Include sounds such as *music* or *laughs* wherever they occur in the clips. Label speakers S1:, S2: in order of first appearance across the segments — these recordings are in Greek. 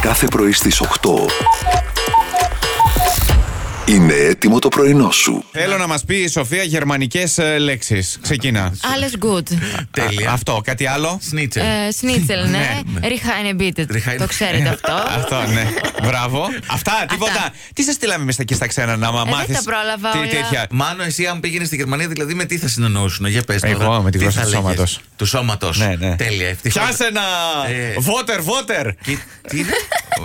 S1: κάθε πρωί στις 8. Είναι έτοιμο το πρωινό σου.
S2: Θέλω να μας πει η Σοφία γερμανικές λέξεις. Ξεκινά.
S3: Alles gut.
S2: Α, Αυτό, κάτι άλλο.
S4: Σνίτσελ.
S3: Ε, Σνίτσελ, ναι.
S4: Ναι, ναι.
S3: Ριχάινε μπίτετ.
S4: Ριχάινε-
S3: Το ξέρετε αυτό.
S2: *laughs* Αυτό, ναι. Μπράβο. Αυτά, τίποτα. Τι σας στείλαμε μέσα και στα ξένα να μα
S3: Ε, δεν
S2: μάθεις.
S3: τα πρόλαβα όλα.
S2: τέτοια.
S4: Ε, Μάνο, εσύ αν πήγαινες στη Γερμανία, δηλαδή με τι θα συνεννοούσουν, για πες
S2: Εγώ, με τη γλώσσα του σώματος.
S4: Του σώματος.
S2: Ναι, ναι.
S4: Τέλεια, ευτυχώς.
S2: Πιάσε ένα.
S4: Ε.
S2: Βότερ, βότερ.
S4: Τι είναι.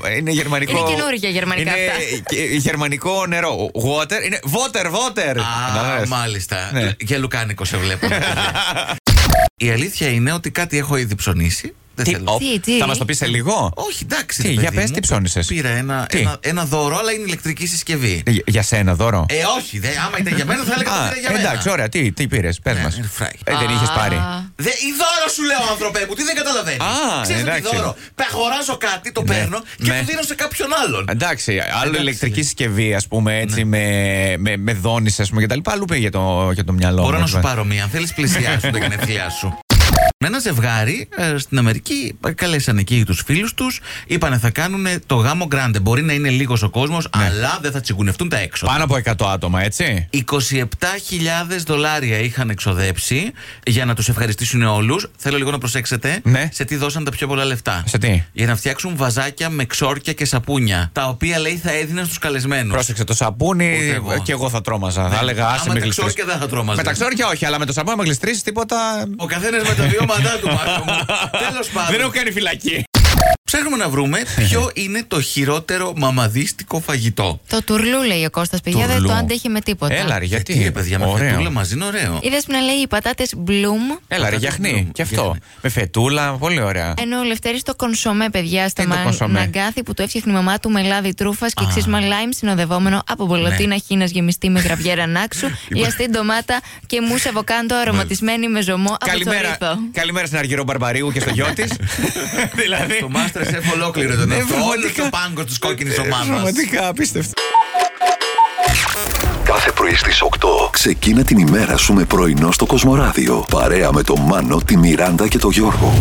S2: Ε, Είναι γερμανικό.
S3: Είναι καινούργια γερμανικά
S2: Είναι
S3: αυτά.
S2: γε- γερμανικό νερό. Water. Είναι water, water.
S4: Α,
S2: Κατάλαβες.
S4: μάλιστα.
S2: Ε, Ναι.
S4: Και λουκάνικο
S2: *laughs*
S4: σε βλέπω. λοιπόν. Η αλήθεια είναι ότι κάτι έχω ήδη ψωνίσει. Δεν
S2: Τι,
S4: θέλω.
S2: οπ,
S3: Τι, Ε, τι.
S2: Θα μας το πεις σε λίγο.
S4: Όχι, εντάξει.
S2: Τι,
S4: ρε
S2: για
S4: παιδί
S2: πες
S4: μου.
S2: τι ψώνισες.
S4: Πήρα ένα,
S2: Τι.
S4: ένα, ένα δώρο, αλλά είναι ηλεκτρική συσκευή.
S2: Ε, Για σένα δώρο.
S4: Ε, όχι, δε, άμα ήταν για μένα θα έλεγα
S2: Α,
S4: ότι πήρα για μένα.
S2: εντάξει, ωραία. Τι, τι πήρες, πες
S4: Ναι,
S2: μας.
S4: air fry.
S2: Ε, Δεν είχες
S3: Α.
S2: πάρει.
S4: Δε, η δώρο σου λέω, άνθρωπε μου, τι δεν καταλαβαίνεις.
S2: Α,
S4: Ξέρεις τι
S2: εντάξει.
S4: δώρο. Πα- Αγοράζω κάτι, το παίρνω και
S2: ναι.
S4: το δίνω σε κάποιον άλλον.
S2: Εντάξει, άλλο
S4: Εντάξει, Ναι.
S2: ηλεκτρική
S4: λέει.
S2: συσκευή, ας πούμε, έτσι, με, με, με δόνηση, ας πούμε, κτλ. Αλλού πήγε για το, για το μυαλό
S4: Μπορώ
S2: μου,
S4: να σου
S2: ας πούμε.
S4: πάρω μία. Αν θέλεις, πλησιάσου τα γενέθλιά σου. Ένα ζευγάρι ε, στην Αμερική ε, καλέσαν εκεί τους φίλους τους, είπανε θα κάνουν το γάμο grande. Μπορεί να είναι λίγος ο κόσμος,
S2: Ναι.
S4: αλλά δεν θα τσιγκουνευτούν τα έξω.
S2: Πάνω από 100 άτομα, έτσι.
S4: 27.000 δολάρια είχαν εξοδέψει για να τους ευχαριστήσουν όλους. Θέλω λίγο να προσέξετε
S2: Ναι.
S4: σε τι δώσαν τα πιο πολλά λεφτά.
S2: Σε τι?
S4: Για να φτιάξουν βαζάκια με ξόρκια και σαπούνια. Τα οποία λέει θα έδιναν στους καλεσμένους.
S2: Πρόσεξε το σαπούνι
S4: Ούτε εγώ. Ναι.
S2: και εγώ θα τρώμαζα. Θα έλεγα
S4: Άμα
S2: άσε
S4: τα
S2: με γλιστρήσεις».
S4: ξόρκια δεν θα
S2: Με
S4: τρώμαζες.
S2: τα ξόρκια όχι, αλλά με το σαπούνι με γλιστρήσει
S4: *laughs*
S2: τίποτα.
S4: Ο καθένας με τα βιώματά του, Μάρκο
S2: *laughs*
S4: μου. Τέλος πάντων.
S2: Δεν έχω κάνει φυλακή.
S4: Ψάχνουμε να βρούμε ποιο είναι το χειρότερο μαμαδίστικο φαγητό.
S3: Το τουρλού λέει ο Κώστας παιδιά, δεν
S2: Τουρλού.
S3: το αντέχει με τίποτα.
S2: Έλα ρε, Ε, γιατί.
S4: ρε, Ε, παιδιά, με
S2: Ωραίο.
S4: φετούλα μαζί είναι ωραίο.
S3: Είδες που να λέει οι πατάτες Bloom,
S2: Έλα ρε, γιαχνή. Και αυτό. Με φετούλα, πολύ ωραία.
S3: ενώ ο Λευτέρης το κονσομέ παιδιά
S2: Τι
S3: στα
S2: είναι το κονσομέ?
S3: μαγκάθι που το έφτιαχνε η μαμά του με λάδι τρούφας και ξύσμα λάιμ συνοδευόμενο από
S2: Ναι.
S3: μπολοτίνα χίνας γεμιστή με
S2: *laughs*
S3: γραβιέρα νάξου, λιαστή ντομάτα και μουσα βοκάντο αρωματισμένη με ζωμό από το
S2: Καλημέρα,
S3: ρήθο.
S2: καλημέρα στην Αργυρό Μπαρμπαρίου και στο γιο
S4: *laughs*
S2: της. *laughs* δηλαδή.
S4: Το μάστερ σε ολόκληρο τον
S2: Ναι,
S4: αυτό. Όλος
S2: πραγματικά.
S4: το πάγκος της κόκκινης
S2: Ε,
S4: ομάδας.
S2: Πραγματικά απίστευτο.
S1: Κάθε πρωί στις 8. Ξεκίνα την ημέρα σου με πρωινό στο Κοσμοράδιο. Παρέα με τον Μάνο, τη Μιράντα και τον Γιώργο.